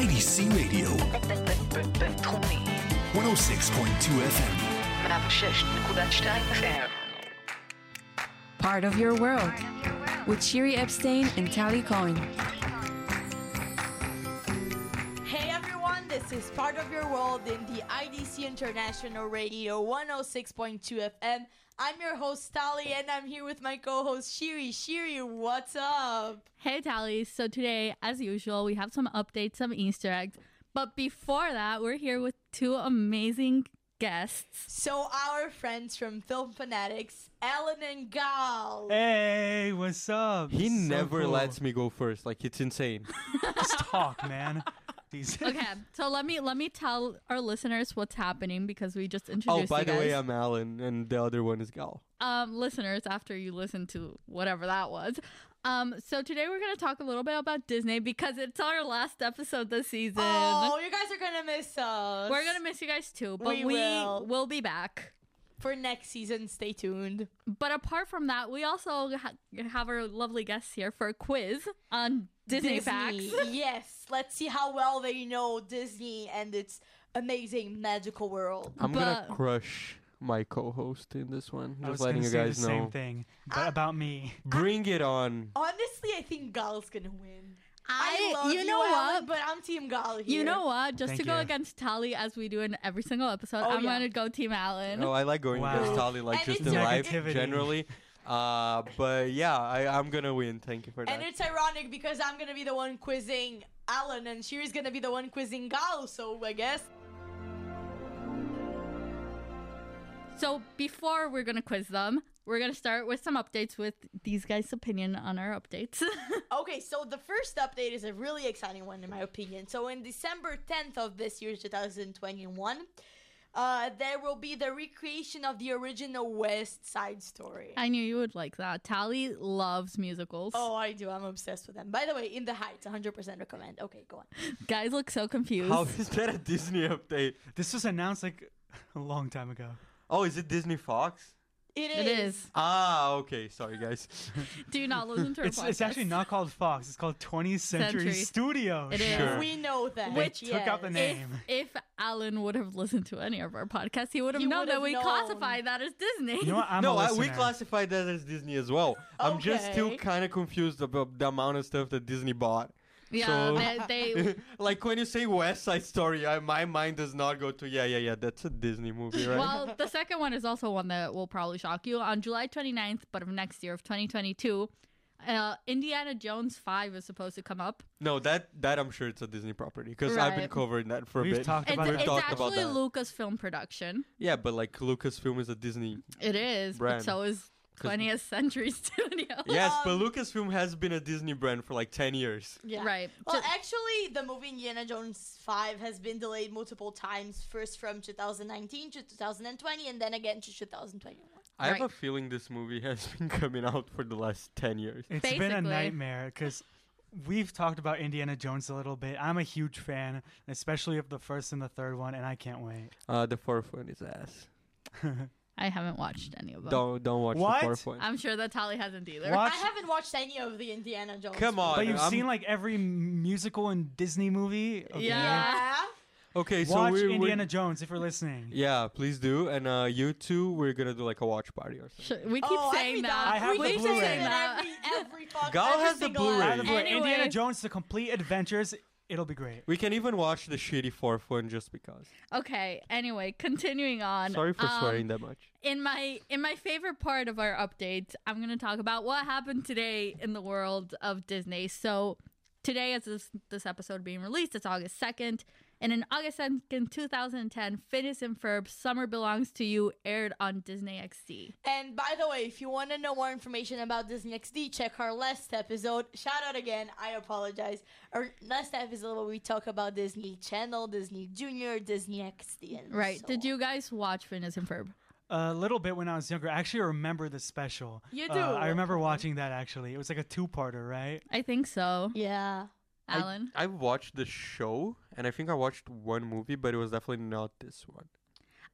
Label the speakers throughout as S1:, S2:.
S1: IDC Radio,
S2: בינתחומי,
S1: 106.2 FM.
S2: 106.2 FM,
S3: Part of Your World with Shiri Epstein and Tally Cohen.
S4: Hey everyone, this is Part of Your World in the IDC International Radio 106.2 FM. I'm your host Tali and I'm here with my co-host Shiri. Shiri, what's up?
S5: Hey, Tally. So today, as usual, we have some updates, some Easter eggs. But before that, we're here with two amazing guests.
S4: So our friends from Film Fanatics, Ellen and Gal.
S6: Hey, what's up?
S7: He
S6: So
S7: never
S6: cool.
S7: lets me go first. Like it's insane.
S6: Let's talk, man. These-
S5: Okay, so let me let me tell our listeners what's happening because we just
S7: oh,
S5: introduced.
S7: by
S5: you
S7: the way,
S5: guys.
S7: I'm Alan, and the other one is Gal.
S5: um, listeners, after you listen to whatever that was. Um, so today we're gonna talk a little bit about Disney because it's our last episode this season.
S4: Oh, you guys are gonna miss us.
S5: We're gonna miss you guys too, but
S4: We
S5: we,
S4: will.
S5: will be back.
S4: for next season. Stay tuned.
S5: But apart from that, we also ha- have our lovely guests here for a quiz on Disney, facts.
S4: yes, let's see how well they know Disney and its amazing magical world.
S7: I'm
S5: But-
S7: gonna crush my co-host in this one.
S6: I was
S7: Just letting
S6: gonna
S7: you
S6: say
S7: guys
S6: the
S7: know.
S6: same thing, but
S5: Ah.
S6: about me.
S7: Bring it on.
S4: Oh, Honestly, I think Gal's gonna win.
S5: I, you know
S4: Ellen,
S5: what?
S4: but I'm Team Gal here.
S5: You know what? Just
S6: Thank
S5: to go
S6: you.
S5: against Tally as we do in every single episode,
S4: Oh,
S5: I'm
S4: yeah.
S5: gonna go Team Alan.
S7: Oh, I like going
S6: Wow.
S7: against Tali,
S4: And
S7: like just
S4: it's
S7: in
S4: a-
S7: life
S6: Negativity.
S7: generally. Uh, but yeah, I, I'm gonna win. Thank you for that.
S4: And it's ironic because I'm gonna be the one quizzing Alan, and Shiri's gonna be the one quizzing Gal. So I guess
S5: So before we're gonna quiz them, we're gonna start with some updates with these guys' opinion on our updates.
S4: Okay, so the first update is a really exciting one, in my opinion. So, in December 10th of this year, 2021, uh, there will be the recreation of the original West Side Story.
S5: I knew you would like that. Tally loves musicals.
S4: oh, I do. I'm obsessed with them. By the way, In the Heights, 100% recommend. Okay, go on.
S5: Guys look so confused.
S7: How is that a Disney update?
S6: This was announced like a long time ago.
S7: Oh, is it Disney Fox?
S5: it is.
S7: Ah, okay. Sorry, guys.
S5: Do you not listen to our
S6: It's, it's actually
S5: podcast?
S6: not called Fox. It's called 20th Century,
S5: Century.
S6: Studios.
S5: It is.
S7: Sure.
S4: We know that.
S6: They took out the
S4: yes.
S5: If,
S6: name.
S5: if Alan would have listened to any of our podcasts, he would have
S4: He
S5: known
S4: would have
S5: that we
S4: known.
S5: classify that as Disney.
S6: You know what? I'm
S7: no,
S6: a
S7: I, we
S6: listener.
S7: classified that as Disney as well. I'm just still
S4: Okay.
S7: kind of confused about the amount of stuff that Disney bought.
S5: yeah,
S7: So-
S5: they, they
S7: like when you say West Side Story, I, my mind does not go to yeah, yeah, yeah. That's a Disney movie, right?
S5: Well, the second one is also one that will probably shock you. On July 29th, but of next year, of 2022, uh, Indiana Jones 5 is supposed to come up.
S7: no, that that I'm sure it's a Disney property because I've been
S5: Right.
S7: covering that for a
S6: We've
S7: bit.
S6: talked
S5: It's,
S6: about
S7: We've
S5: it's
S6: that.
S7: talked about
S5: actually
S7: that.
S5: Lucasfilm production.
S7: yeah, but like Lucasfilm is a Disney.
S5: It is, but
S7: Brand.
S5: so is 20th Century Studios.
S7: Yes, but
S5: um
S7: Lucasfilm has been a Disney brand for like ten years.
S4: Yeah.
S5: Right.
S4: Well,
S5: To-
S4: actually, the movie Indiana Jones 5 has been delayed multiple times, first from 2019 to 2020, and then again to 2021.
S7: I have a
S5: Right.
S7: feeling this movie has been coming out for the last ten years.
S6: It's been
S5: Basically.
S6: a nightmare because we've talked about Indiana Jones a little bit. I'm a huge fan, especially of the first and the third one, and I can't wait.
S7: Uh, the fourth one is ass.
S5: I haven't watched any of them.
S7: Don't don't watch
S6: What?
S7: the fourth one.
S5: I'm sure that Tali hasn't either.
S6: What?
S4: I haven't watched any of the Indiana Jones. Uh,
S7: Come on,
S6: But you've
S7: I'm-
S6: seen like every musical and Disney movie. Okay.
S5: Yeah.
S4: Yeah.
S7: Okay, so
S6: Watch
S7: we're, we're-
S6: Indiana Jones if you're listening.
S7: yeah, please do. And uh, you two, we're gonna do like a watch party or something.
S5: Sure, we keep
S4: Oh, I'd be
S5: saying
S4: down.
S5: that.
S6: I have
S4: we
S6: the
S4: keep
S6: Blu-ray.
S4: saying that
S5: that.
S4: every, every fuck,
S7: Gal
S4: every
S7: has the
S4: single
S7: Blu-ray.
S6: By the
S4: ad.
S6: way,
S5: Anyway.
S6: Indiana Jones: The Complete Adventures. It'll be great.
S7: We can even watch the shitty fourth one just because.
S5: Okay. Anyway, continuing on.
S7: Sorry for
S5: um,
S7: swearing that much.
S5: in my in my favorite part of our updates, I'm going to talk about what happened today in the world of Disney. So today, as this, this episode being released, it's August second, and in August second, 2010, Phineas and Ferb: Summer Belongs to You aired on Disney XD.
S4: And by the way, if you want to know more information about Disney XD, check our last episode. Shout out again. I apologize. Our last episode where we talk about Disney Channel, Disney Junior, Disney XD, and
S5: Right?
S4: so
S5: Did
S4: on.
S5: you guys watch Phineas and Ferb?
S6: A little bit when I was younger. I actually remember the special.
S4: You
S6: Uh,
S4: do?
S6: I remember watching that actually. It was like a two-parter, right?
S5: I think so,
S4: Yeah.
S5: Alan.
S7: I, I watched the show, and I think I watched one movie, but it was definitely not this one.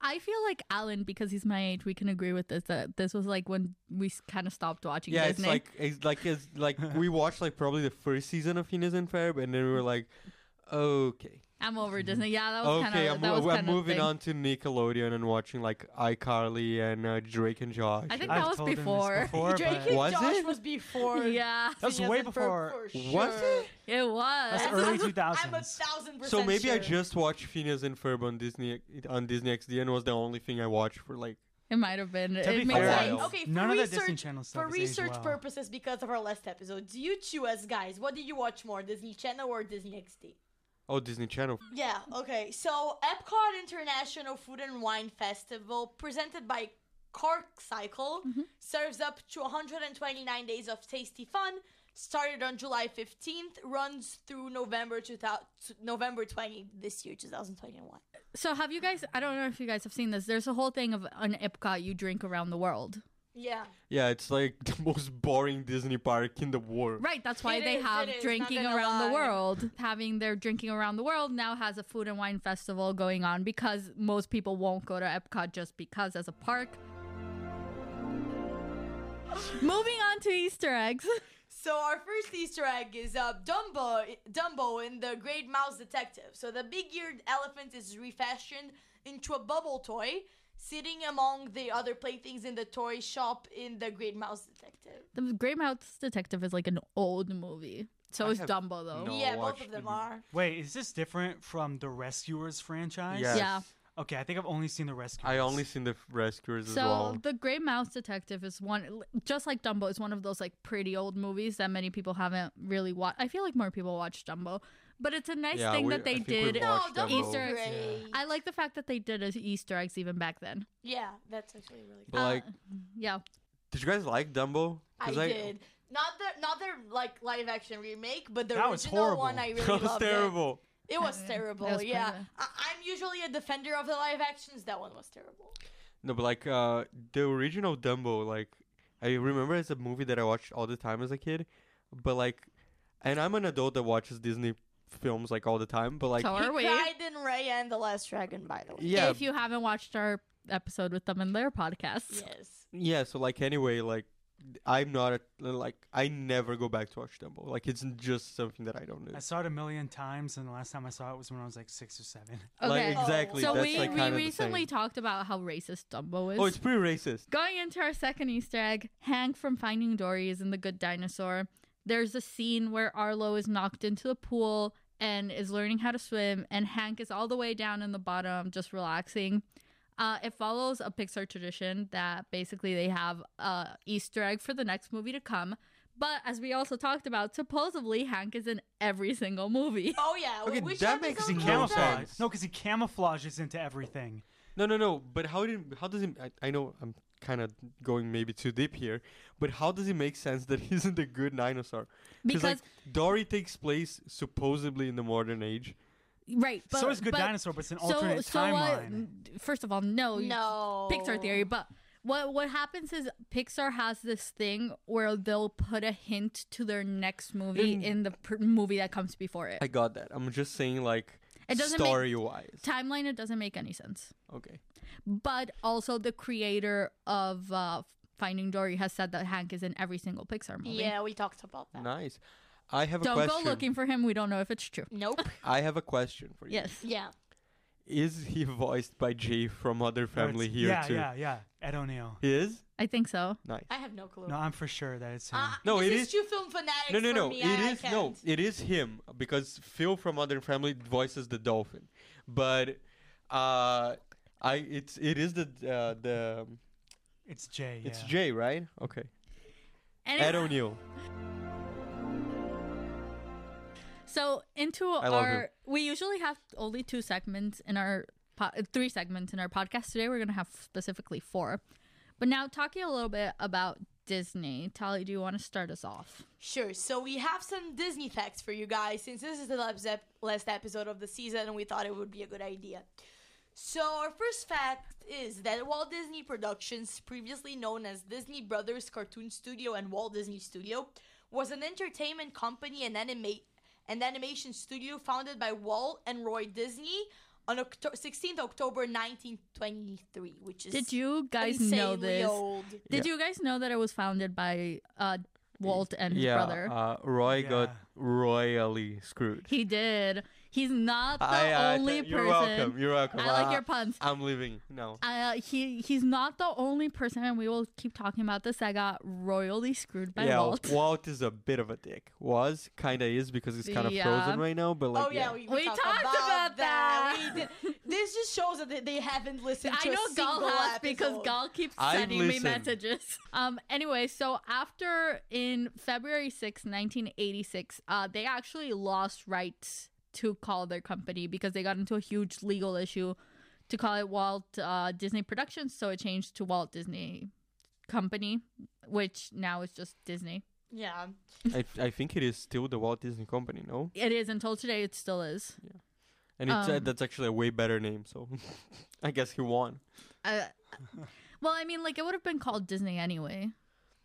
S5: I feel like Alan because he's my age. We can agree with this that this was like when we kind of stopped watching
S7: Yeah, it's
S5: Disney.
S7: like it's like it's like we watched like probably the first season of Phineas and Ferb, and then we were like, Okay.
S5: I'm over Disney. Yeah, that was
S7: Mm-hmm. Okay,
S5: kind
S7: I'm,
S5: of that was
S7: we're
S5: kind of
S7: moving
S5: thing.
S7: on to Nickelodeon and watching like iCarly and uh, Drake and Josh.
S5: I think
S6: I've
S5: that was
S6: told him this
S5: before.
S6: before,
S4: Drake
S6: but-
S4: and
S7: Was
S4: Josh
S7: it?
S4: was before.
S5: Yeah,
S6: That was
S4: Disney
S6: way
S4: and Ferb,
S6: before.
S4: for
S7: Was
S4: sure.
S7: it?
S5: it was.
S6: That's
S4: I'm-
S6: early
S4: I'm- I'm a
S6: 2000s.
S4: thousand percent
S7: So maybe I
S4: sure.
S7: just watched Phineas and Ferb on Disney on Disney XD and was the only thing I watched for like.
S5: It might have been.
S6: To be
S5: It makes
S6: fair,
S5: sense.
S4: Okay, for
S6: none
S4: research,
S6: of the Disney Channel stuff
S4: for
S6: has aged
S4: research
S6: well.
S4: purposes, because of our last episode, do you two as guys, what did you watch more, Disney Channel or Disney XD?
S7: Oh, Disney Channel.
S4: Yeah, okay. So, Epcot International Food and Wine Festival, presented by Cork Cycle, serves up to 129 days of tasty fun. Started on July 15th, runs through November 2000, November 20 this year, 2021.
S5: So have you guys? I don't know if you guys have seen this. There's a whole thing of an Epcot you drink around the world.
S4: Yeah.
S7: Yeah, it's like the most boring Disney park in the world.
S5: Right. That's why
S4: It
S5: they
S4: is,
S5: have
S4: it is, not
S5: drinking
S4: gonna
S5: around the
S4: lie.
S5: world. Having their drinking around the world now has a food and wine festival going on because most people won't go to Epcot just because as a park. Moving on to Easter eggs.
S4: So our first Easter egg is uh, Dumbo, Dumbo in the Great Mouse Detective. So the big-eared elephant is refashioned into a bubble toy, sitting among the other playthings in the toy shop in the Great Mouse Detective.
S5: The Grey Mouse Detective is like an old movie. So
S7: I
S5: is
S7: have
S5: Dumbo though.
S7: no- I'll
S4: yeah,
S7: watch
S4: both of them
S7: the-
S4: are.
S6: Wait, is this different from the Rescuers franchise?
S7: Yes.
S5: Yeah.
S6: Okay, I think I've only seen the Rescuers.
S7: I only seen the f- Rescuers as
S5: So
S7: well.
S5: the Grey Mouse Detective is one, just like Dumbo, is one of those like pretty old movies that many people haven't really watched. I feel like more people watch Dumbo, but it's a nice
S7: Yeah,
S5: thing
S7: we-
S5: that they
S7: I think we
S5: did. Oh,
S7: watched
S4: No,
S7: Watch
S4: Dumbo's
S5: Easter eggs.
S4: great.
S5: I like the fact that they did as Easter eggs even back then.
S4: Yeah, that's actually really good.
S7: but
S5: uh,
S7: like,
S5: Yeah,
S7: did you guys like Dumbo?
S4: I
S7: 'Cause
S4: did. Not the not their like live action remake, but the
S6: That was
S4: original
S6: horrible.
S4: one I really
S7: That was
S4: loved it.
S7: terrible.
S4: It was
S5: Yeah, that
S4: terrible.
S5: was pretty
S4: yeah,
S5: bad.
S4: I- I'm usually a defender of the live actions. That one was terrible.
S7: No, but like uh, the original Dumbo, like I remember it's a movie that I watched all the time as a kid, but like, and I'm an adult that watches Disney films like all the time, but like,
S5: so
S4: He
S5: are we?
S4: cried in Ray and the Last Dragon, by the way.
S7: yeah,
S5: If you haven't watched our episode with them in their podcast,
S4: Yes.
S7: yeah. So like, anyway, like I'm not a, like I never go back to watch Dumbo. Like it's just something that I don't do.
S6: I saw it a million times, and the last time I saw it was when I was like six or seven.
S5: okay.
S7: Like exactly.
S5: so
S7: that's
S5: we
S7: like
S5: we
S7: kind
S5: recently
S7: of the same.
S5: talked about how racist Dumbo is.
S7: Oh, it's pretty racist.
S5: Going into our second Easter egg, Hank from Finding Dory is in The Good Dinosaur. There's a scene where Arlo is knocked into a pool and is learning how to swim, and Hank is all the way down in the bottom, just relaxing. Uh, it follows a Pixar tradition that basically they have a Easter egg for the next movie to come. But as we also talked about, supposedly Hank is in every single movie.
S4: Oh yeah.
S7: Okay,
S4: Which
S7: that makes
S6: Because
S4: episode
S6: he
S7: No
S4: was
S6: camouflages.
S7: sense.
S6: No, because he camouflages into everything.
S7: No, no, no. But how did how does it? I, I know I'm kind of going maybe too deep here, but how does it make sense that he's in the good dinosaur? like
S5: Because,
S7: Dory takes place supposedly in the modern age.
S5: right. But,
S6: so is Good
S5: but-
S6: Dinosaur, but it's an
S5: so-
S6: alternate
S5: so, uh,
S6: timeline.
S5: first of all, no. you-
S4: No.
S5: Pixar theory, but what what happens is Pixar has this thing where they'll put a hint to their next movie
S7: Mm.
S5: in the pr- movie that comes before it.
S7: I got that. I'm just saying like
S5: It doesn't make-
S7: story wise.
S5: Timeline it doesn't make any sense.
S7: okay.
S5: But also the creator of uh, Finding Dory has said that Hank is in every single Pixar movie.
S4: Yeah, we talked about that.
S7: Nice. I have a
S5: Don't
S7: question.
S5: go looking for him. We don't know if it's true.
S4: Nope.
S7: I have a question for you.
S5: Yes.
S4: yeah.
S7: Is he voiced by Jay from Other
S6: Where
S7: Family
S6: it's-
S7: here
S6: yeah,
S7: too?
S6: yeah, yeah. Ed O'Neill.
S7: He is?
S5: I think so.
S7: Nice.
S4: I have no clue.
S6: No, I'm for sure that it's him.
S5: Ah.
S4: Uh,
S7: No,
S4: this
S7: it
S4: is
S7: is-
S4: two film fanatics.
S7: No, no,
S4: for
S7: no.
S4: Me.
S7: It
S4: I- I
S7: is no.
S4: can't.
S7: It is him because Phil from Modern Family voices the dolphin, but uh, I it's it is the uh, the
S6: it's Jay.
S7: it's
S6: yeah.
S7: Jay right? Okay,
S5: And
S7: Ed
S5: it's-
S7: O'Neill.
S5: So into
S7: I love
S5: our,
S7: him.
S5: we usually have only two segments in our, po- uh, three segments in our podcast. Today we're gonna have specifically four. But now talking a little bit about Disney, Tali, do you want to start us off?
S4: Sure. So we have some Disney facts for you guys since this is the last ep- last episode of the season and we thought it would be a good idea. So our first fact is that Walt Disney Productions, previously known as Disney Brothers Cartoon Studio and Walt Disney Studio, was an entertainment company and animate and animation studio founded by Walt and Roy Disney on Octo- 16th October 1923, which is
S5: Did you guys know
S4: insanely
S5: this?
S4: Old.
S5: Did you guys know that it was founded by uh, Walt and his
S7: yeah,
S5: brother.
S7: Uh, Roy got
S6: Yeah.
S7: royally screwed.
S5: he did. He's not the
S7: I, I,
S5: only
S7: th- you're
S5: person.
S7: welcome. You're welcome.
S5: I like
S7: Uh,
S5: your puns.
S7: I'm leaving. No.
S5: Uh, he he's not the only person, and we will keep talking about this. I got royally screwed by
S7: yeah,
S5: Walt.
S7: is a bit of a dick. Was kind of is because he's kind of
S5: Yeah.
S7: frozen right now. But like,
S4: oh yeah, we,
S5: We
S4: talked
S5: talked
S4: about, that.
S5: about that.
S4: We did- this just shows that they, they haven't listened
S5: I
S4: to
S5: know
S4: a single
S5: Dollhouse
S4: episode.
S5: because Gal keeps
S7: I've
S5: sending me
S7: listened.
S5: messages. Um. Anyway, so after in February 6, 1986, uh, they actually lost rights to call their company because they got into a huge legal issue to call it Walt uh, Disney Productions, so it changed to Walt Disney Company, which now is just Disney.
S4: Yeah.
S7: I, I think it is still the Walt Disney Company, no?
S5: It is until today. It still is.
S7: And it's uh,
S5: Um,
S7: that's actually a way better name. So I guess he won.
S5: Uh, well, I mean, like it would have been called Disney anyway,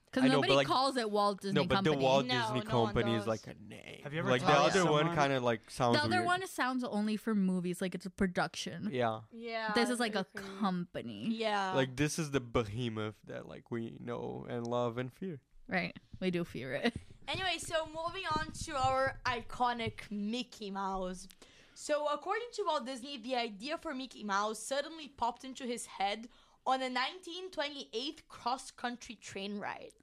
S5: because
S7: I know, but,
S5: nobody
S7: like-
S5: calls it Walt Disney
S7: no, but
S5: Company.
S7: the Walt
S4: No,
S7: Disney
S4: no one
S7: Company is
S4: knows.
S7: like a name.
S6: Have you ever
S7: like the
S6: talked
S7: other
S6: to
S7: one
S6: someone-
S7: kind of like sounds
S5: the other
S7: weird.
S5: one sounds only for movies, like it's a production.
S7: yeah.
S4: Yeah.
S5: This is like a
S4: okay.
S5: company,
S4: Yeah.
S7: Like this is the behemoth that like we know and love and fear.
S5: right? We do fear it.
S4: Anyway, so moving on to our iconic Mickey Mouse. So, according to Walt Disney, the idea for Mickey Mouse suddenly popped into his head on a 1928 cross country train ride.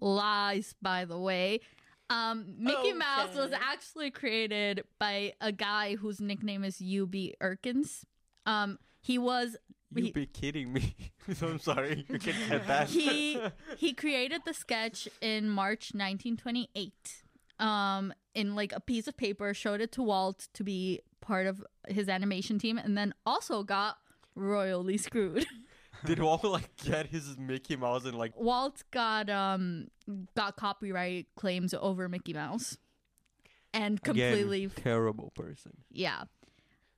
S5: Lies, by the way. Um, Mickey Mouse was
S4: Okay.
S5: actually created by a guy whose nickname is UB Erkins. Um, he was
S7: You
S5: He-
S7: be kidding me. I'm sorry. You can get that.
S5: he he created the sketch in March 1928. Um, in like a piece of paper, showed it to Walt to be part of his animation team, and then also got royally screwed.
S7: Did Walt like get his Mickey Mouse and like
S5: Walt got um got copyright claims over Mickey Mouse, and completely
S7: again, terrible person?
S5: Yeah.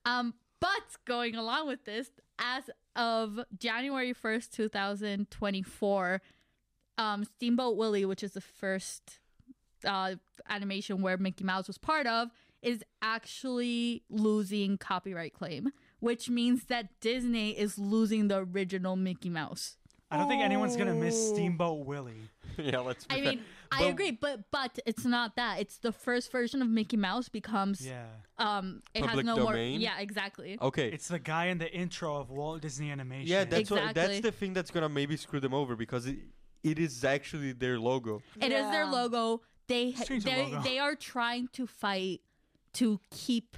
S5: Um, but going along with this, as of January 1st, 2024, um, Steamboat Willie, which is the first uh, animation where Mickey Mouse was part of, is actually losing copyright claim, which means that Disney is losing the original Mickey Mouse.
S6: I don't think anyone's gonna miss
S5: Oh.
S6: Steamboat Willie.
S7: yeah, let's.
S5: I mean, I agree, but but it's not that. It's the first version of Mickey Mouse becomes
S6: Yeah,
S5: um it
S7: Public
S5: has no
S7: domain?
S5: more Yeah, exactly.
S7: Okay.
S6: it's the guy in the intro of Walt Disney Animation.
S7: yeah, that's what, that's
S5: Exactly.
S7: the thing that's gonna maybe screw them over because it, it is actually their logo.
S5: It is their
S4: Yeah.
S5: logo. They
S6: Just change the
S5: they,
S6: logo.
S5: they are trying to fight to keep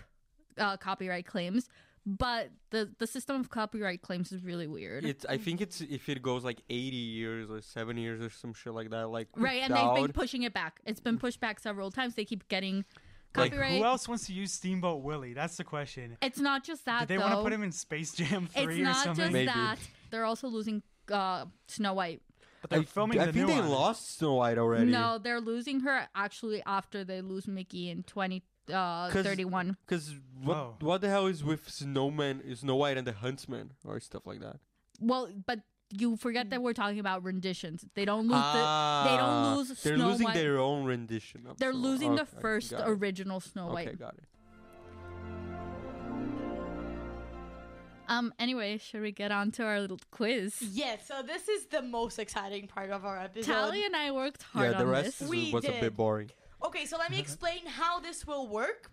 S5: uh, copyright claims, but the the system of copyright claims is really weird.
S7: It's I think it's if it goes like 80 years or 70 years or some shit like that. Like
S5: right, and they've been
S7: without-
S5: pushing it back. It's been pushed back several times. They keep getting
S7: Like,
S5: copyright.
S6: Who else wants to use Steamboat Willie? That's the question.
S5: it's not just that
S6: Did they
S5: though.
S6: want to put him in Space Jam
S5: it's
S6: Three or
S5: not
S6: something?
S5: just
S7: Maybe.
S5: that. They're also losing uh, Snow White.
S6: But they're
S7: I-
S6: filming
S7: I
S6: the
S7: think
S6: new
S7: they
S6: one.
S7: lost Snow White already.
S5: No, they're losing her actually after they lose Mickey in twenty uh,
S7: 'Cause-
S5: thirty one.
S7: Because what
S6: Oh.
S7: what the hell is with Snowman, Snow White and the Huntsman or stuff like that?
S5: Well, but you forget
S4: Mm.
S5: that we're talking about renditions. They don't lose the they
S7: Ah,
S5: don't lose
S7: They're
S5: Snow
S7: losing
S5: White.
S7: their own rendition. Of
S5: They're
S7: Snow White.
S5: losing the
S7: Okay,
S5: first
S7: got it.
S5: original Snow White.
S7: Okay, got it.
S5: Um. Anyway, should we get on to our little quiz?
S4: Yeah, so this is the most exciting part of our episode.
S5: Tally and I worked hard
S7: yeah, the
S5: on
S7: rest
S5: this.
S7: is-
S4: We
S7: was a
S4: did.
S7: bit boring.
S4: Okay, so let
S7: Mm-hmm.
S4: me explain how this will work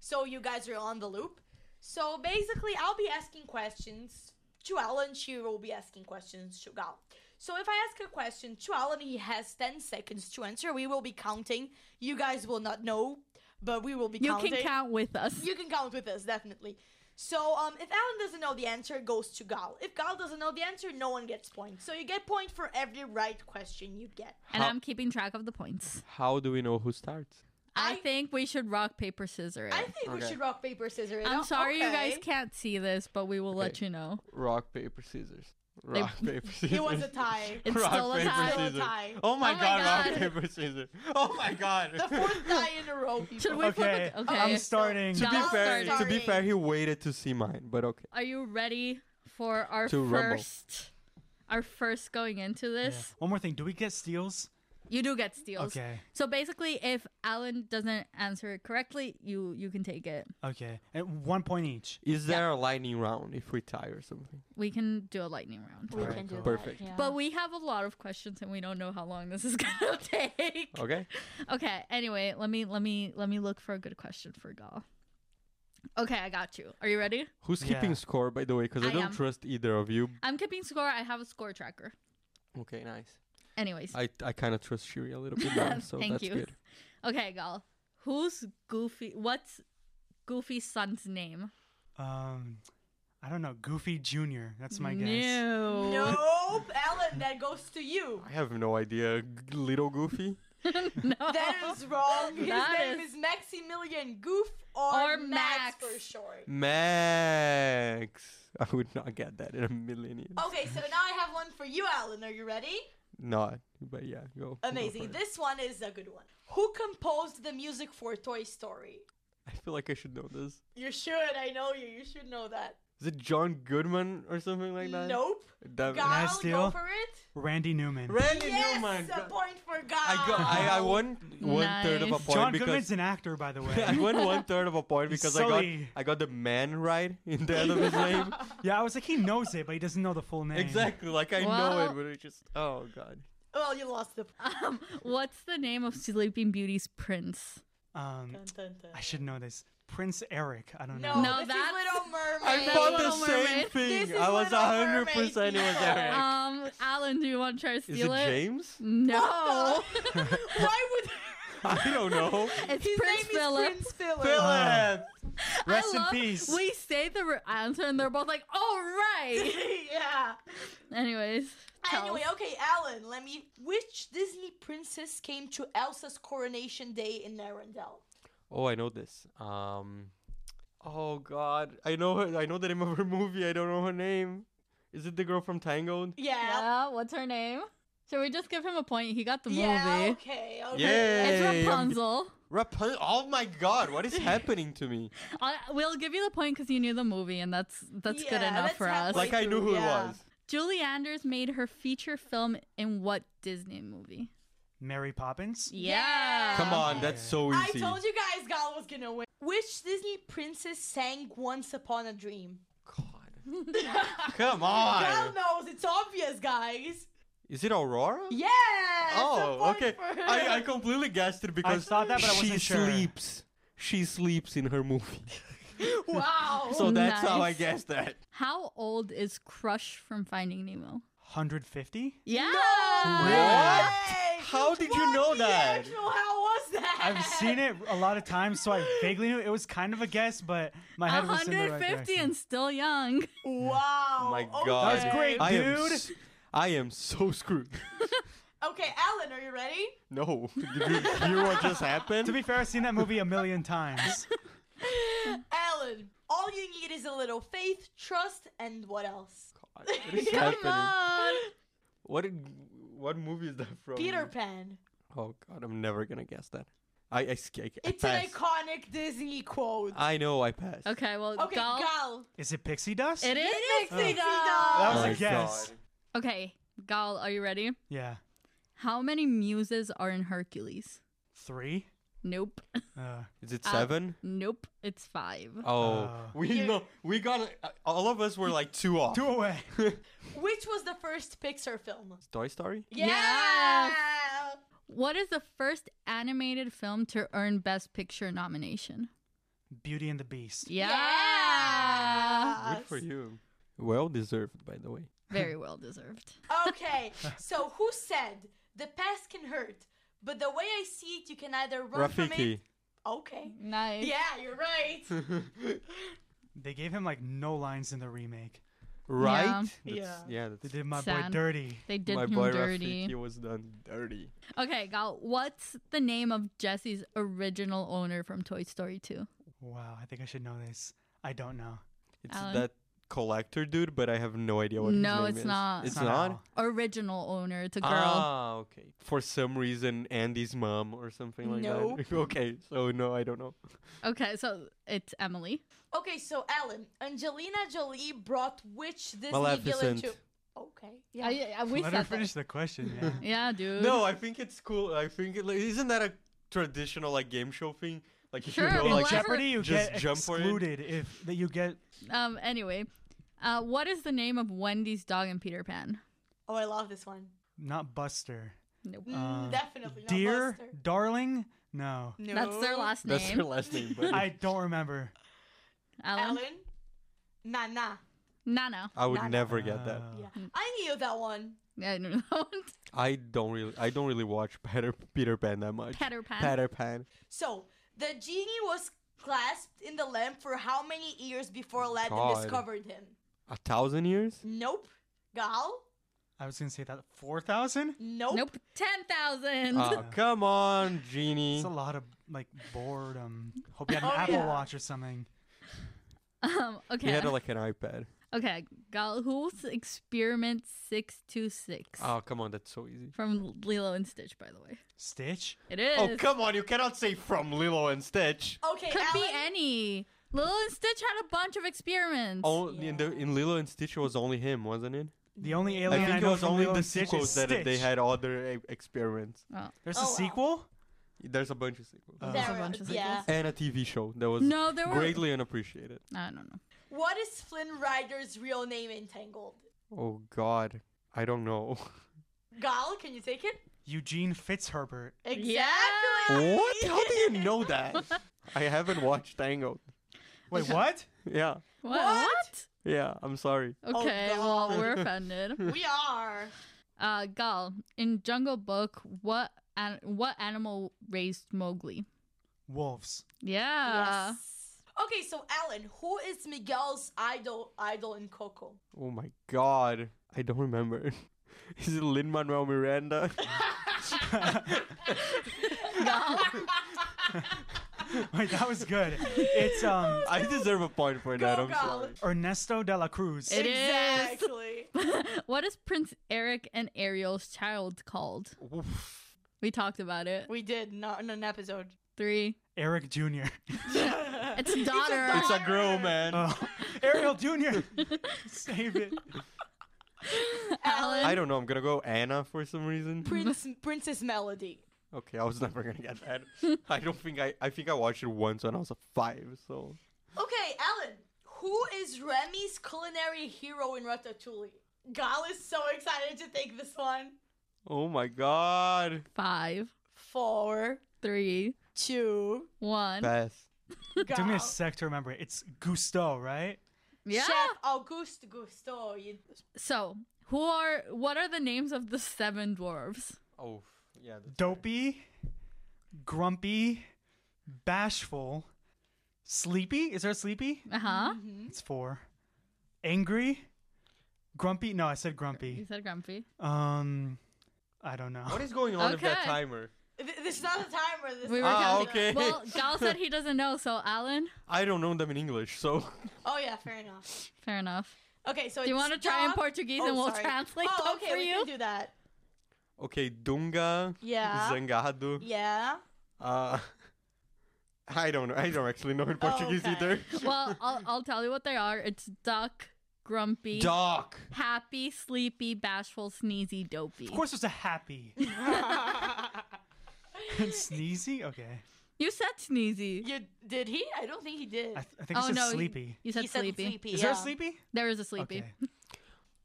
S4: so you guys are on the loop. So basically, I'll be asking questions to Alan, she will be asking questions to Gal. So if I ask a question to Alan, he has 10 seconds to answer. We will be counting. You guys will not know, but we will be
S5: You
S4: counting.
S5: can count with us.
S4: You can count with us, definitely. So um, if Alan doesn't know the answer, it goes to Gal. If Gal doesn't know the answer, no one gets points. So you get point for every right question you get.
S5: and
S7: How-
S5: I'm keeping track of the points.
S7: How do we know who starts?
S5: I,
S4: I-
S5: think we should rock paper scissors.
S4: I think we
S7: Okay.
S4: should rock, paper, scissors.
S5: I'm sorry you guys
S4: Okay.
S5: can't see this, but we will let
S7: Okay.
S5: you know.
S7: Rock paper scissors. Rock paper scissors.
S4: It was a tie.
S5: It's
S7: rock
S5: still a
S7: paper
S5: tie.
S4: Still a
S7: scissors.
S4: tie.
S7: Oh my,
S5: Oh my
S7: god,
S5: God.
S7: Rock paper scissors. Oh my god.
S4: The fourth tie in a row. People.
S5: Should we
S6: Okay,
S5: flip it? Okay.
S6: I'm starting.
S5: To be
S7: to
S5: I'll
S7: be fair,
S5: start.
S7: to be fair, he waited to see mine, but okay.
S5: Are you ready for our
S7: To rumble.
S5: first? Our first going into
S6: Yeah.
S5: this.
S6: One more thing. Do we get steals?
S5: You do get steals.
S6: Okay.
S5: So basically, if Alan doesn't answer it correctly, you you can take it.
S6: Okay. At one point each.
S7: Is there a lightning round if we tie or something?
S5: We can do a lightning round.
S4: We
S7: Alright,
S4: can do
S7: cool.
S4: that,
S7: Perfect.
S4: yeah.
S5: But we have a lot of questions and we don't know how long this is gonna take.
S7: Okay.
S5: Okay. Anyway, let me let me let me look for a good question for Gal. Okay, I got you. Are you ready?
S7: Who's keeping
S6: Yeah.
S7: score, by the way? Because I,
S5: I
S7: don't
S5: am.
S7: trust either of you.
S5: I'm keeping score. I have a score tracker.
S7: Okay, nice.
S5: Anyways,
S7: I, I kind of trust Shiri a little bit now, so
S5: Thank
S7: that's
S5: you.
S7: good.
S5: okay, Gal. Who's Goofy? What's Goofy's son's name?
S6: Um, I don't know. Goofy Junior. That's my guess.
S5: No.
S4: Nope, Ellen, that goes to you.
S7: I have no idea. G- little Goofy?
S5: no.
S4: That is wrong. His
S5: That
S4: name
S5: is-
S4: is Maximilian Goof or,
S5: Or
S4: Max.
S5: Max.
S4: for short.
S7: Max. I would not get that in a million years.
S4: Okay, so now I have one for you, Alan. Are you ready?
S7: Not. But yeah, go. go
S4: Amazing.
S7: for it.
S4: This one is a good one. Who composed the music for Toy Story?
S7: I feel like I should know this.
S4: You should. I know you. You should know that.
S7: Is it John Goodman or something like that?
S4: Nope.
S7: Damn it.
S4: Guile,
S6: Nice
S4: go
S6: deal.
S4: for it.
S6: Randy Newman.
S7: Randy
S4: Yes,
S7: Newman.
S4: a
S7: Oh God.
S4: point for Guile.
S7: I got. I, I won one third of a
S5: Nice.
S7: point
S6: John
S7: because
S6: Goodman's an actor, by the
S7: I
S6: way.
S7: won one third of a point
S6: He's
S7: because I got
S6: Sully.
S7: I got the man right in the end of his name.
S6: yeah, I was like, he knows it, but he doesn't know the full name.
S7: exactly. Like I know
S5: Well-
S7: it, but it's just oh god.
S4: Well, you lost the. Dun,
S5: Um, what's the name of Sleeping Beauty's prince?
S6: Um,
S4: dun, dun.
S6: I should know this. Prince Eric. I don't
S4: No,
S6: know.
S5: No,
S4: this
S5: that's-
S4: is Little Mermaid.
S7: I
S5: that's
S7: thought the
S5: Little
S7: same
S5: Mermaid.
S4: This
S7: thing.
S4: is
S7: I was
S4: Little
S7: hundred
S4: Mermaid.
S7: percent. It was
S4: Yeah.
S7: Eric.
S5: Um, Alan, do you want to try to
S7: Is
S5: steal
S7: it James?
S5: No.
S4: Oh. Why would
S7: I don't know.
S5: it's
S4: his
S5: Prince
S4: name
S5: Philip.
S4: is Prince Philip?
S7: Philip.
S6: Rest
S5: I love,
S6: in peace.
S5: We say the re- answer and they're both like, "Oh right."
S4: yeah.
S5: Anyways, tell
S4: Anyway,
S5: us.
S4: okay, Alan. Let me. Which Disney princess came to Elsa's coronation day in Arendelle?
S7: Oh, I know this. Um. Oh God, I know her. I know the name of her movie. I don't know her name. Is it the girl from Tangled?
S4: Yeah.
S5: Yeah, what's her name? Should we just give him a point? He got the
S4: Yeah.
S5: movie.
S4: Okay. Okay.
S7: Yeah.
S5: It's
S7: Hey, I'm-
S5: Rapunzel.
S7: Rapunzel. Oh my God, what is happening to me?
S5: I, we'll give you the point because you knew the movie, and that's that's good
S4: Yeah,
S5: enough
S4: that's
S5: for us.
S4: halfway
S7: Like I knew who
S4: Yeah.
S7: it was.
S5: Julie Anders made her feature film in what Disney movie?
S6: Mary Poppins.
S5: Yeah.
S7: Come on, that's so
S4: Um, I
S7: easy.
S4: told you guys Gal was gonna win. Which Disney princess sang "Once Upon a Dream"?
S7: God. Come on.
S4: Gal knows. It's obvious, guys.
S7: Is it Aurora?
S4: Yeah.
S7: Oh, okay. I, I completely guessed it because
S6: thought that, but I
S7: she
S6: wasn't sure.
S7: sleeps. She sleeps in her movie.
S4: wow.
S7: So that's how I
S5: Nice.
S7: guessed that.
S5: How old is Crush from Finding Nemo?
S6: 150.
S5: Yeah.
S7: What?
S4: Hey,
S7: How did you
S4: what
S7: know
S4: the
S7: that?
S4: actual- How was that?
S6: I've seen it a lot of times, so I vaguely knew it was kind of a guess, but my head was in the right
S5: 150
S6: direction.
S5: and still young.
S4: Wow.
S7: My
S4: okay.
S7: God.
S6: That was great,
S7: I am,
S6: dude.
S7: s- I am so screwed.
S4: Okay, Alan, are you ready?
S7: no. Did you hear what just happened?
S6: to be fair, I've seen that movie a million times.
S4: Alan, all you need is a little faith, trust, and what else? Um,
S7: God, what is
S5: Come
S7: happening?
S5: on.
S7: What, did, what movie is that from?
S4: Peter Pan.
S7: Oh God, I'm never gonna guess that. I I, sk- I, I
S4: It's an
S7: pass.
S4: iconic Disney quote.
S7: I know I passed.
S5: Okay, well,
S7: Uh,
S4: Okay,
S5: Gal.
S4: Gal.
S6: Is it Pixie Dust?
S5: It is Pixie
S4: Pixie
S6: That
S4: Doll.
S6: was
S7: Oh My
S6: a guess.
S7: God.
S5: Okay, Gal, are you ready?
S6: Yeah.
S5: How many muses are in Hercules?
S6: Three.
S5: Nope.
S6: Uh,
S7: Is it
S5: Uh,
S7: seven?
S5: Nope. It's five.
S7: oh,
S6: Uh.
S7: we know. We got it. uh, all of us were like two off.
S6: two away.
S4: Which was the first Pixar film?
S7: Toy Story.
S4: Yeah.
S5: Yes. What is the first animated film to earn Best Picture nomination?
S6: Beauty and the Beast.
S5: Yeah.
S7: Good for
S4: Yes.
S7: you. Well deserved, by the way.
S5: Very well deserved.
S4: Okay, so who said the past can hurt, but the way I see it, you can either run from
S7: Rafiki.
S4: it. Okay.
S5: Nice.
S4: Yeah, you're right.
S6: They gave him like no lines in the remake.
S7: Right?
S5: Yeah.
S7: That's-
S4: Yeah.
S7: Yeah.
S6: They
S7: That's,
S6: did my
S5: Sad.
S6: boy dirty.
S5: They did
S7: my
S5: him
S7: boy
S5: dirty.
S7: Rafiki was done dirty.
S5: Okay, Gal, what's the name of Jesse's original owner from Toy Story 2?
S6: Wow, I think I should know this. I don't know.
S7: It's
S5: Alan?
S7: that collector dude, but I have no idea what his
S5: No,
S7: name
S5: it's
S7: is.
S5: not.
S7: It's
S6: It's not
S7: not.
S6: Al.
S5: Original owner, it's a girl.
S7: Ah, okay. For some reason, Andy's mom or something like
S4: Nope.
S7: that. okay, so no, I don't know.
S5: Okay, so it's Emily.
S4: Okay, so Alan, Angelina Jolie brought which Disney villain
S7: Maleficent.
S4: to? Okay.
S5: Yeah, I, I, we
S6: Let her
S5: said
S6: finish
S5: that.
S6: the question. Yeah.
S5: Yeah, dude.
S7: No, I think it's cool. I think it, like, isn't that a traditional like game show thing? Like if
S5: Sure,
S7: you go
S5: we
S6: In
S7: like
S5: laugh-
S6: Jeopardy, you
S7: just
S6: get
S7: jump for it.
S6: excluded if that you get.
S5: Um. Anyway, uh, what is the name of Wendy's dog in Peter Pan?
S4: Oh, I love this one. Mm,
S6: Not Buster.
S5: Nope.
S6: Uh,
S4: Definitely not
S6: Dear,
S4: Buster.
S6: darling. No,
S4: No.
S5: That's their last
S7: that's
S5: name.
S7: her last name. But
S6: I
S7: I,
S6: don't remember.
S5: Alan.
S4: Ellen. Nana.
S5: Nana.
S7: would
S4: Nana.
S7: never get that.
S6: Uh,
S4: Yeah. I knew that one.
S5: Yeah, I don't know that one.
S7: I don't really. I don't really watch Peter Peter Pan that much.
S5: Peter Pan.
S7: Peter Pan.
S4: So the genie was clasped in the lamp for how many years before Aladdin
S7: God.
S4: discovered him?
S7: A thousand years.
S4: Nope. Gal?
S6: I was gonna say that four thousand.
S4: Nope.
S5: Nope. Ten thousand.
S7: Oh, come on, genie.
S6: It's a lot of like boredom. Hope you had an
S4: Oh,
S6: Apple
S4: yeah.
S6: Watch or something.
S5: um.
S7: Ah. He
S5: Okay.
S7: had like an iPad.
S5: okay. Galhoof's experiment six two six.
S7: Oh, come on, that's so easy.
S5: From Lilo and Stitch, by the way.
S6: Stitch.
S5: It is.
S7: Oh, come on, you cannot say from Lilo and Stitch.
S4: Okay,
S5: Could be
S4: Alan?
S5: any. Lilo and Stitch had a bunch of experiments.
S7: Oh, in, the, in Lilo and Stitch it was only him, wasn't it?
S6: The only alien
S7: I
S6: I,
S7: think it
S6: know
S7: was
S6: from
S7: only
S6: Lilo
S7: the
S6: and Stitch is
S7: sequels that they
S6: Stitch.
S7: had other e- experiments.
S6: There's
S4: Oh,
S6: a
S4: wow.
S6: sequel.
S7: There's a bunch of sequels.
S4: There
S6: Uh,
S5: There's a
S4: we-
S5: bunch of
S4: yeah.
S7: and a TV show that was
S5: No, there were-
S7: greatly unappreciated.
S5: I don't know.
S4: What is Flynn Rider's real name entangled?
S7: Oh God, I don't know.
S4: Gal, can you take it?
S6: Eugene Fitzherbert.
S4: Exactly.
S7: what? How do you know that? I haven't watched Tangled.
S6: Wait, what?
S7: Yeah,
S5: What?
S7: yeah. I'm sorry.
S5: what? Okay,
S4: Oh,
S5: well, we're offended.
S4: we are.
S5: Uh, Gal, in Jungle Book, what an- what animal raised Mowgli?
S6: Wolves.
S5: Yeah.
S4: yes. Okay, so Alan, who is Miguel's idol idol in Coco?
S7: Oh my God, I don't remember. Is it Lin Manuel Miranda?
S6: Wait, that was good. It's um
S7: I deserve a point for that. I'm
S4: Gal.
S7: sorry.
S6: Ernesto de la Cruz.
S5: It is.
S4: exactly.
S5: what is Prince Eric and Ariel's child called?
S7: Oof.
S5: We talked about it.
S4: We did not in an episode.
S5: Three.
S6: Eric Jr.
S5: It's a daughter.
S7: It's a girl, man.
S6: Oh, Ariel Jr. Save it.
S5: Alan.
S7: I don't know. I'm gonna go Anna for some reason.
S4: Prince Princess Melody.
S7: Okay, I was never gonna get that. I don't think I. I think I watched it once when I was a five. So
S4: Okay, Alan, who is Remy's culinary hero in Ratatouille? Gal is so excited to take this one.
S7: Oh my god.
S5: Five,
S4: Four,
S5: three,
S4: two,
S5: one.
S7: Best.
S6: Took me
S4: Gal.
S6: a sec to remember. it. It's Gusto, right?
S5: yeah.
S4: Chef Auguste Gusto. You...
S5: So, who are what are the names of the seven dwarves?
S7: Oh yeah. that's
S6: Dopey, grumpy, bashful, sleepy. Is there a sleepy?
S5: Uh huh.
S6: It's four. Angry, grumpy. No, I said
S5: You
S6: grumpy.
S5: said grumpy.
S6: Um, I don't know.
S7: What is going on with that
S5: Okay.
S7: timer?
S4: Th- This is not a timer. This
S5: We
S4: is
S5: were
S7: Ah,
S5: counting.
S7: okay.
S5: Well, Gal said he doesn't know, so Alan,
S7: I don't know them in English, so
S4: Oh, yeah, fair enough.
S5: fair enough.
S4: Okay, so
S5: Do you
S4: it's
S5: want to try in
S4: dog-
S5: Portuguese
S4: Oh,
S5: and we'll
S4: sorry.
S5: translate
S4: oh,
S5: them
S4: okay,
S5: for
S4: we
S5: you?
S4: can do that.
S7: okay. Dunga.
S4: Yeah.
S7: Zangado.
S4: Yeah.
S7: Uh, I don't know. I don't actually know in Portuguese
S4: Oh, okay.
S7: either.
S5: well, I'll, I'll tell you what they are. It's duck, grumpy,
S7: Doc.
S5: happy, sleepy, bashful, sneezy, dopey.
S6: Of course, there's a happy. and sneezy. Okay.
S5: You said sneezy.
S4: You did he? I don't think he did.
S6: I, th- I think it's
S5: oh
S6: just
S5: no, you-
S6: sleepy.
S5: You said
S4: he
S5: sleepy.
S4: said sleepy.
S6: Is
S4: yeah.
S6: there a sleepy?
S5: There is a sleepy.
S6: Okay.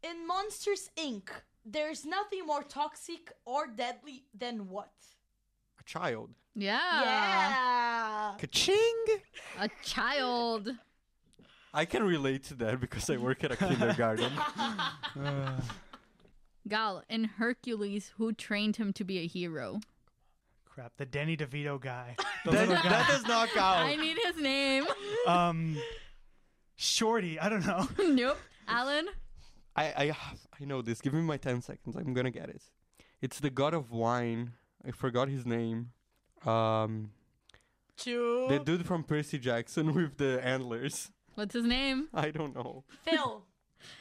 S4: In Monsters Inc., there's nothing more toxic or deadly than what?
S7: A child.
S5: Yeah. Ah.
S4: Yeah.
S7: Kaching.
S5: A child.
S7: I can relate to that because I work at a kindergarten.
S6: Uh,
S5: Gal in Hercules, who trained him to be a hero.
S6: crap. The Danny DeVito guy. The
S7: that,
S6: little guy.
S7: that does not
S6: Oh.
S5: I
S7: count.
S5: need his name.
S6: um, Shorty. I don't know.
S5: nope. Alan.
S7: I, I have- I know this. Give me my ten seconds. I'm gonna get it. It's the god of wine. I forgot his name. Um,
S4: Two.
S7: the dude from Percy Jackson with the antlers.
S5: What's his name?
S7: I don't know.
S4: Phil.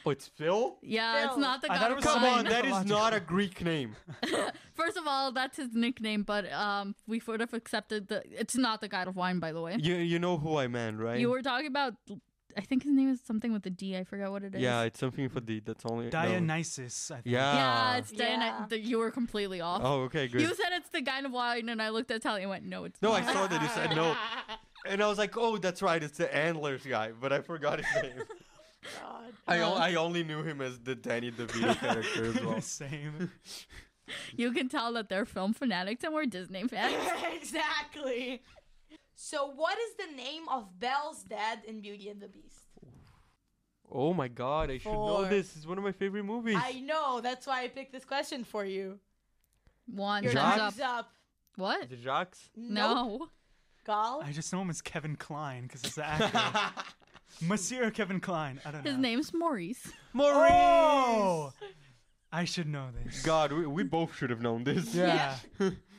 S7: Oh, it's Phil.
S5: Yeah, it's
S4: Phil.
S5: not the
S6: I
S5: god
S6: thought it
S5: of
S6: was
S7: Come
S5: wine.
S7: on, that is not a Greek name.
S5: First of all, that's his nickname, but um, we would have accepted the. It's not the god of wine, by the way.
S7: You you know who I meant, right?
S5: You were talking about I think his name is something with a D. I forgot what it is.
S7: Yeah, it's something for the that's only no.
S6: Dionysus. I think.
S7: Yeah.
S5: Yeah, it's
S4: Yeah.
S5: Diana. You were completely off.
S7: Oh, okay, good.
S5: You said it's the guy of wine, and I looked at Tally and went, "No, it's
S7: no,
S5: not.
S7: I saw that you said no, and I was like, oh, that's right, it's the Antlers guy, but I forgot his name.
S4: God.
S7: I, o- I only knew him as the Danny DeVito character as well.
S6: Same.
S5: You can tell that they're film fanatics and we're Disney fans.
S4: exactly. So, what is the name of Belle's dad in Beauty and the Beast?
S7: Oh my god, I should know
S4: Four.
S7: this. It's one of my favorite movies.
S4: I know. That's why I picked this question for you.
S5: One
S4: Your
S7: Jacques?
S5: thumbs
S4: time's
S5: up.
S4: up.
S5: What?
S7: The Jocks.
S4: Nope.
S5: No.
S4: Gal.
S6: I just know him as Kevin Klein because it's the actor. Monsieur Kevin Klein. I don't know.
S5: His name's Maurice.
S7: Maurice.
S6: Oh! I should know this.
S7: God, we, we both should have known this.
S6: Yeah.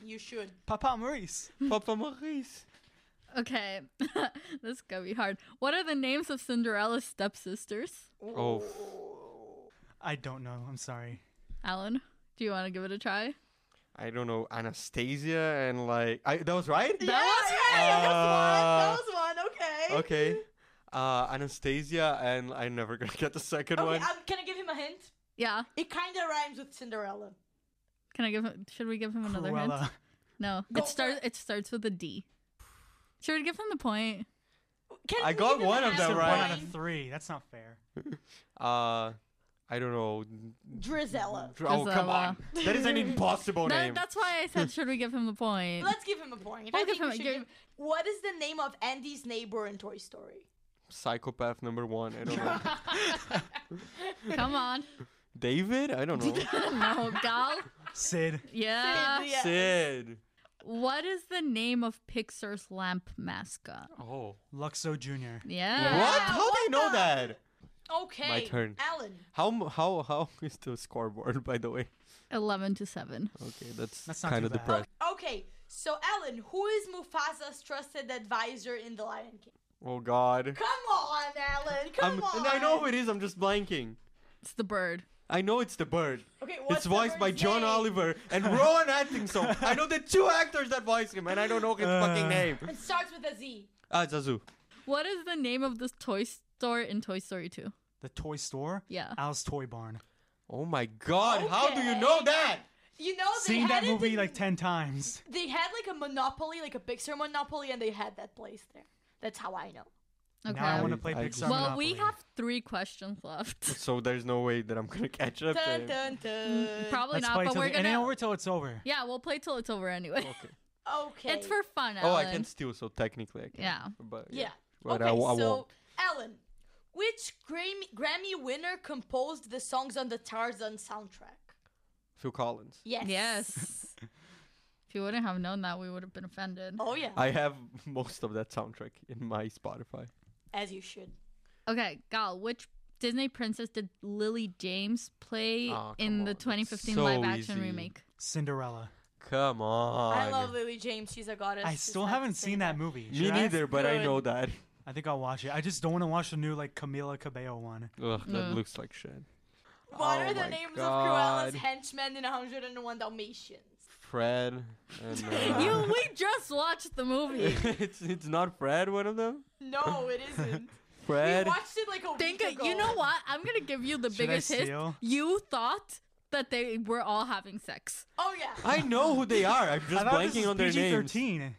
S4: You should.
S6: Papa Maurice.
S7: Papa Maurice.
S5: Okay, this is gonna be hard. What are the names of Cinderella's stepsisters?
S7: Oh,
S6: I don't know. I'm sorry.
S5: Alan, do you want to give it a try?
S7: I don't know. Anastasia and like I that was right.
S4: That was right. that was one. That was one. Okay.
S7: Uh, Okay. Uh, Anastasia and I'm never gonna get the second
S4: Okay.
S7: one.
S4: Um, can I give him a hint?
S5: Yeah.
S4: It kind of rhymes with Cinderella.
S5: Can I give him? Should we give him another hint?
S6: Cruella.
S5: No.
S4: Go
S5: it
S4: for
S5: starts.
S4: it.
S5: It starts with a D. Should we give him the point?
S4: Can
S7: I
S4: we
S7: got
S4: give him
S7: one
S4: a
S7: of
S4: half
S7: them
S6: One
S7: right.
S6: out
S4: point?
S6: of three. That's not fair.
S7: Uh, I don't know.
S4: Drizella.
S7: Oh come
S5: Drizella.
S7: on, that is an impossible
S5: That-
S7: name.
S5: that's why I said should we give him the point?
S4: Let's give him a point.
S5: We'll
S4: I
S5: give
S4: think we
S5: him-
S4: should
S5: give-
S4: give- What is the name of Andy's neighbor in Toy Story?
S7: Psychopath number one. I don't know.
S5: Come on.
S7: David. I don't know.
S5: no, Gal.
S6: Sid.
S5: Yeah.
S4: Yes.
S7: Sid.
S5: What is the name of Pixar's lamp mascot?
S7: Oh.
S6: Luxo Jr.
S4: Uh,
S5: Yeah.
S7: what? How do you know that?
S4: Okay.
S7: My turn.
S4: Alan.
S7: How m- how how is the scoreboard by the way?
S5: 11 to 7.
S7: Okay, that's,
S6: That's not
S7: kind of
S6: too bad.
S7: depressing.
S4: Okay. So, Alan, who is Mufasa's trusted advisor in The Lion King?
S7: Oh God.
S4: Come on, Alan. Come
S7: I'm,
S4: on.
S7: and I know who it is. I'm just blanking.
S5: It's the bird.
S7: I know it's the bird.
S4: Okay, what's
S7: it's
S4: the
S7: voiced by
S4: bird's
S7: John
S4: name?
S7: Oliver and Rowan Atkinson. I know the two actors that voice him, and I don't know his fucking
S6: Uh.
S7: name.
S4: It starts with a Z.
S7: Ah, Zazu.
S5: What is the name of this toy store in Toy Story 2?
S6: The toy store.
S5: Yeah.
S6: Al's Toy Barn.
S7: Oh my God! How do you know
S4: Okay.
S7: that?
S4: You know, they
S6: Seen
S4: had
S6: that
S4: it
S6: movie
S4: in-
S6: like ten times.
S4: They had like a monopoly, like a Pixar monopoly, and they had that place there. That's how I know.
S5: Okay.
S6: Now I want to play
S7: I
S6: Pixar
S7: just-
S5: well,
S6: Monopoly.
S5: we have three questions left.
S7: So there's no way that I'm gonna catch up.
S4: Dun,
S7: To him.
S4: dun, dun.
S5: Probably
S6: Let's
S5: not,
S6: play
S5: but
S6: till
S5: we're
S6: the, and then
S5: gonna.
S6: over till it's over.
S5: Yeah, we'll play till it's over anyway.
S4: Okay.
S5: It's for fun, Alan.
S7: Oh, I can steal. So technically, I can.
S5: Yeah.
S7: But
S4: Yeah.
S7: But
S4: okay,
S7: I, w- I
S4: so
S7: won't.
S4: Ellen, which Grammy Grammy winner composed the songs on the Tarzan soundtrack?
S7: Phil Collins.
S4: Yes.
S5: Yes. if you wouldn't have known that, we would have been offended.
S4: Oh yeah.
S7: I have most of that soundtrack in my Spotify.
S4: As you should.
S5: Okay, Gal, which Disney princess did Lily James play
S7: Aw,
S5: in
S7: come
S5: the
S7: on,
S5: 2015
S7: so
S5: live action
S7: easy.
S5: remake?
S6: Cinderella.
S7: Come on.
S4: I love Lily James. She's a goddess.
S6: I
S4: She's
S6: still
S4: not
S6: haven't
S4: the same
S6: seen that
S4: guy.
S6: movie.
S7: Me
S6: Should I?
S7: neither, but I
S4: good.
S7: know that.
S6: I think I'll watch it. I just don't want to watch the new like Camila Cabello one.
S7: Ugh, that
S5: Mm.
S7: looks like shit.
S4: What
S7: Oh
S4: are the
S7: my
S4: names
S7: God.
S4: of Cruella's henchmen in 101 Dalmatians?
S7: Fred. And, uh,
S5: you, we just watched the movie.
S7: it's it's not Fred, one of them.
S4: No, it isn't. we
S7: Fred.
S4: watched it like a
S5: Think
S4: week ago.
S5: you know what? I'm gonna give you the
S6: Should I
S5: biggest hint.
S6: steal?
S5: You thought that they were all having sex.
S4: Oh yeah.
S7: I know who they are. I'm
S6: I
S7: just
S6: thought this
S7: blanking
S6: was
S7: on their names.
S6: PG-13.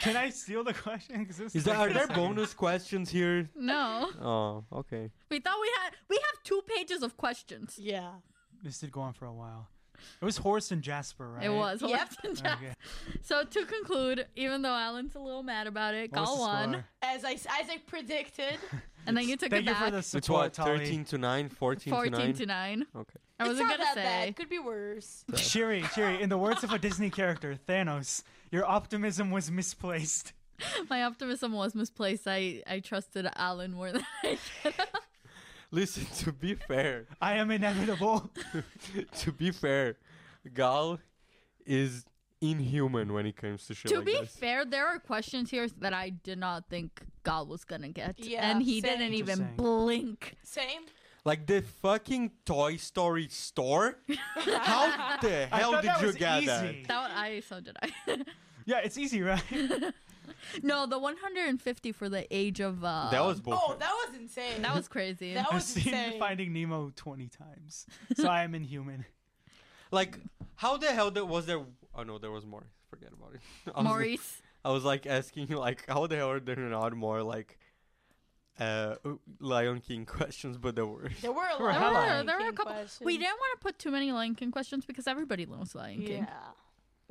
S6: Can I steal the question? 'Cause this
S7: Is there, are
S6: like-
S7: there bonus questions here?
S5: No,
S7: Oh, okay.
S5: we thought we had we have two pages of questions.
S4: Yeah.
S6: This did go on for a while. It was Horace and Jasper, right?
S5: It was.
S4: Yep.
S5: Horace and Jack.
S6: Okay.
S5: So to conclude, even though Alan's a little mad about it,
S6: What was
S5: Gal
S6: the
S5: won,
S6: score?
S4: As I as I predicted.
S5: and then you took
S6: Thank
S5: it
S6: you
S5: back.
S6: for the
S7: It's
S6: support,
S7: what,
S6: Tolly.
S7: 13 to 9, 14,
S5: Fourteen
S7: to 9?
S5: to nine.
S7: Okay.
S5: I
S4: It's
S5: wasn't
S4: not
S5: gonna
S4: that
S5: say.
S4: bad. Could be worse.
S6: Shiri, Shiri, in the words of a Disney character, Thanos, your optimism was misplaced.
S5: My optimism was misplaced. I I trusted Alan more than I should. have.
S7: Listen, to be fair,
S6: I am inevitable.
S7: to be fair, Gal is inhuman when it comes to shit
S5: to
S7: like
S5: be
S7: this.
S5: fair, there are questions here that I did not think Gal was gonna get,
S4: Yeah,
S5: and he
S4: same.
S5: didn't even
S6: Interesting.
S5: blink.
S4: Same.
S7: Like the fucking Toy Story store? How the
S6: I
S7: hell
S6: thought
S7: did
S6: that
S7: you
S6: was
S7: get that?
S6: easy.
S5: That one, I so did I.
S6: Yeah, it's easy, right?
S5: No, the 150 for the age of. Uh,
S7: that was bullshit.
S4: Oh, that was insane.
S5: that was crazy.
S4: That
S6: I've
S4: was
S6: seen
S4: insane.
S6: Finding Nemo 20 times, so I am inhuman.
S7: like, how the hell that was there? Oh no, there was more. Forget about it. I was,
S5: Maurice.
S7: I was like asking, like, how the hell are there not more like, uh, Lion King questions? But there were.
S4: There were a
S6: There
S4: lot
S5: There
S6: How
S4: of
S6: about
S5: were,
S4: Lion
S5: there were a
S4: King
S5: couple.
S4: Questions.
S5: We didn't want to put too many Lion King questions because everybody loves Lion King.
S4: Yeah.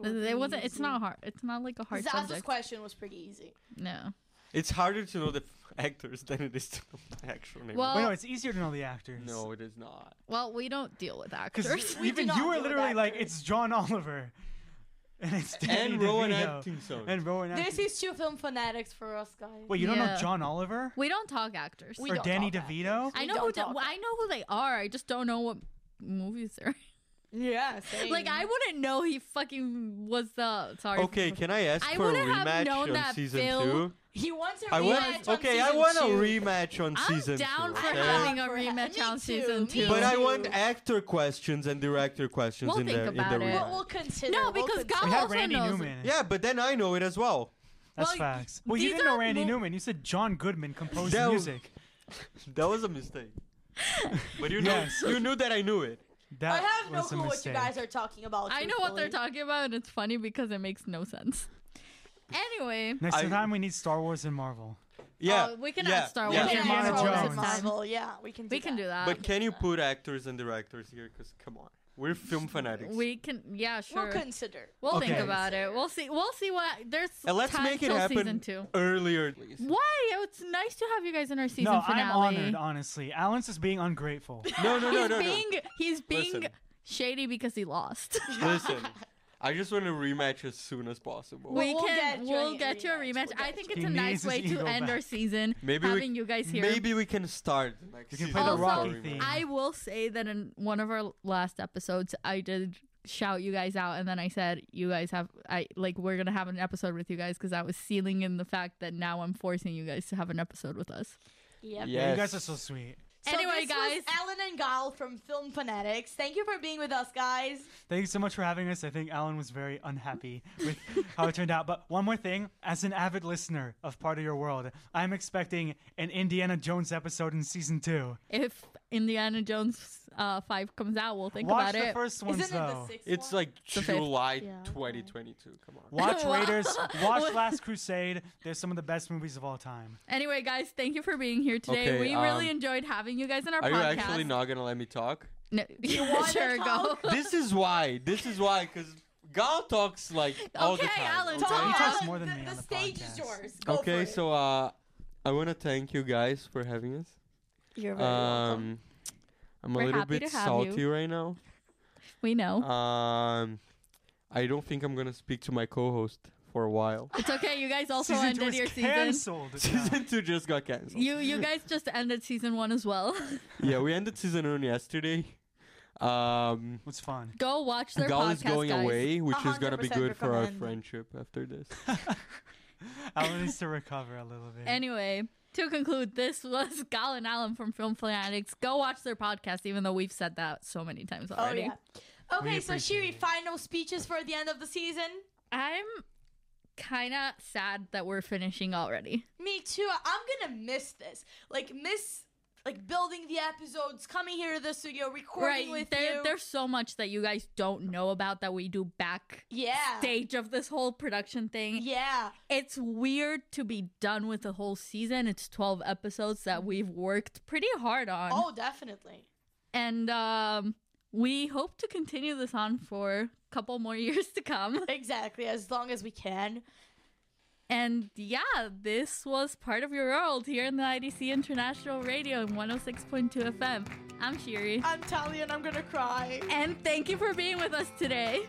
S5: It wasn't. It's not hard. It's not like a hard
S4: Zaza's
S5: subject.
S4: question was pretty easy.
S5: no.
S7: It's harder to know the f- actors than it is to know the actual name.
S5: Well-
S6: Wait, no, it's easier to know the actors.
S7: no, it is not.
S5: Well, we don't deal with actors.
S6: because
S4: We do
S6: even
S4: not
S6: you were
S4: deal with
S6: literally like,
S4: actors.
S6: it's John Oliver, and it's Danny
S7: And Rowan
S6: DeVito.
S7: Atkinson.
S6: and Rowan
S4: This
S6: Atkinson.
S4: is two film fanatics for us, guys.
S6: Wait, you don't know
S5: Yeah.
S6: John Oliver?
S5: we don't talk actors.
S4: We
S6: or
S4: don't
S6: Danny
S4: talk
S6: DeVito?
S4: actors.
S5: I
S4: We
S5: know who.
S4: don't
S5: they-
S4: talk
S5: well, I know who they are. I just don't know what movies they're. in.
S4: Yeah, same.
S5: Like I wouldn't know he fucking was the. Sorry.
S7: Okay, can I ask
S5: I
S7: for a
S5: wouldn't have
S7: rematch
S5: known
S7: on
S5: that
S7: season
S5: Phil-
S7: two?
S4: He wants a
S7: I
S4: rematch.
S7: want.
S4: on
S7: Okay, I
S4: season
S7: want a
S4: two.
S7: rematch on
S5: I'm
S7: season
S5: down
S7: two.
S5: for
S7: okay?
S5: having a
S4: For-
S5: rematch
S4: me
S5: on
S4: too,
S5: season
S4: me
S5: two.
S7: But I
S4: too.
S7: want actor questions and director questions
S5: We'll
S7: in
S5: think
S7: the
S5: about
S7: in the
S5: it.
S4: We'll,
S7: rematch.
S4: we'll consider.
S5: No,
S4: we'll
S5: because
S4: consider.
S5: God-
S6: we had
S5: also
S6: Randy
S5: knows-
S6: Newman.
S7: Yeah, but then I know it as well.
S6: that's
S5: well,
S6: facts. Well, you
S5: these
S6: didn't know
S5: are
S6: Randy
S5: mo-
S6: Newman. You said John Goodman composed
S7: That was-
S6: music.
S7: That was a mistake. but you know,
S6: Yes.
S7: you knew that I knew it.
S5: Oh,
S6: That
S4: I have no
S6: was
S4: clue
S6: a
S4: what you
S6: mistake.
S4: guys are talking about.
S5: I know what they're
S4: truthfully.
S5: talking about, and it's funny because it makes no sense. Anyway,
S6: Next
S7: I-
S6: time we need Star Wars and Marvel.
S7: Yeah,
S5: Oh, we can
S7: yeah,
S5: add Star
S7: yeah.
S5: Wars
S4: Yeah,
S5: and
S6: Indiana
S5: Marvel
S4: Marvel
S5: next
S6: Jones.
S5: time.
S4: Marvel, Yeah, we can. Do
S5: We can do that.
S7: But can you put actors and directors here? Because come on, we're film fanatics.
S5: we can, yeah, sure.
S4: We'll consider.
S5: We'll think
S6: Okay.
S5: about it. We'll see. We'll see what there's.
S7: and let's
S5: time
S7: make it
S5: till
S7: happen
S5: Season two.
S7: earlier. please.
S5: Why? It's nice to have you guys in our season
S6: no,
S5: finale.
S6: I'm honored, honestly. Alan's is being ungrateful.
S7: No, no, no,
S5: he's
S7: no, no.
S5: being he's being
S7: Listen.
S5: shady because he lost.
S7: Listen, I just want a rematch as soon as possible.
S5: we
S4: we'll
S5: can
S4: get you
S5: we'll
S4: a
S5: get you a rematch.
S4: rematch. We'll
S5: I
S4: get
S5: think
S6: you.
S5: it's a
S6: He
S5: nice
S6: needs his
S5: way to
S6: ego
S5: end our
S6: back.
S5: season.
S7: Maybe we-
S5: having you guys here.
S7: Maybe we can start. Next
S6: You can
S7: season.
S6: play the
S5: Also-
S6: Rocky theme.
S5: I will say that in one of our last episodes, I did shout you guys out, and then I said you guys have I like we're gonna have an episode with you guys because I was sealing in the fact that now I'm forcing you guys to have an episode with us.
S4: Yep.
S6: Yeah,
S7: Yes.
S6: you guys are so sweet.
S4: So
S5: Anyway,
S4: this was
S5: guys.
S4: Alan and Gal from Film Fanatics. Thank you for being with us, guys.
S6: Thank you so much for having us. I think Alan was very unhappy with how it turned out. But one more thing, as an avid listener of Part of Your World, I'm expecting an Indiana Jones episode in season two.
S5: If Indiana Jones uh, five comes out, we'll think
S6: Watch
S5: about
S6: the
S5: it.
S6: first
S4: Isn't
S6: ones
S4: it
S6: though.
S4: the sixth
S7: It's
S4: one?
S7: like
S5: The fifth.
S7: July
S4: Yeah, okay.
S7: 2022. Come on.
S6: Watch
S5: Wow.
S6: Raiders. Watch Last Crusade. They're some of the best movies of all time.
S5: anyway, guys, thank you for being here today.
S7: Okay,
S5: we really
S7: um,
S5: enjoyed having you guys in our
S7: Are you
S5: podcast.
S7: actually not gonna let me talk?
S5: No,
S4: wanna
S5: sure, go.
S4: talk?
S7: this is why. This is why. Because Gal talks like all the
S5: Okay,
S7: time.
S5: Alan,
S7: okay?
S5: talk.
S6: He talks
S4: Alan,
S6: more than
S4: the,
S6: me
S4: The,
S6: on the
S4: stage
S6: podcast.
S4: is yours. Go for
S7: Okay,
S4: it.
S7: so uh, I want to thank you guys for having us.
S4: you're very welcome.
S7: Um, I'm a
S5: We're
S7: little
S5: happy
S7: bit
S5: to have you.
S7: salty right now.
S5: We know.
S7: Um, I don't think I'm gonna speak to my co-host for a while.
S5: it's okay. You guys also
S6: season two
S5: ended
S6: is
S5: your season.
S6: canceled.
S7: season two just got canceled.
S5: You you guys just ended season one as well.
S7: yeah, we ended season one yesterday. Um,
S6: What's fun?
S5: Go watch their
S7: Gal
S5: podcast,
S7: is going
S5: guys.
S7: away, which is gonna be
S4: 100%
S7: good for our
S4: recommend.
S7: friendship after this.
S6: Alan needs to recover a little bit.
S5: Anyway, to conclude, this was Gal and Alan from Film Fanatics. Go watch their podcast, even though we've said that so many times
S4: Oh
S5: already.
S4: yeah. Okay, so
S6: appreciate
S4: Shiri,
S6: it.
S4: final speeches for the end of the season.
S5: I'm kind of sad that we're finishing already.
S4: Me too. I'm gonna miss this. Like miss, like building the episodes, coming here to the studio, recording with
S5: there,
S4: you.
S5: There's so much that you guys don't know about that we do back
S4: yeah.
S5: stage of this whole production thing.
S4: Yeah.
S5: It's weird to be done with the whole season. It's 12 episodes that we've worked pretty hard on.
S4: Oh, definitely.
S5: And um, we hope to continue this on for a couple more years to come.
S4: Exactly. As long as we can.
S5: And yeah, this was part of your world here in the IDC International Radio in 106.2 FM. I'm Shiri.
S4: Uh, I'm Tali, and I'm gonna cry.
S5: And thank you for being with us today.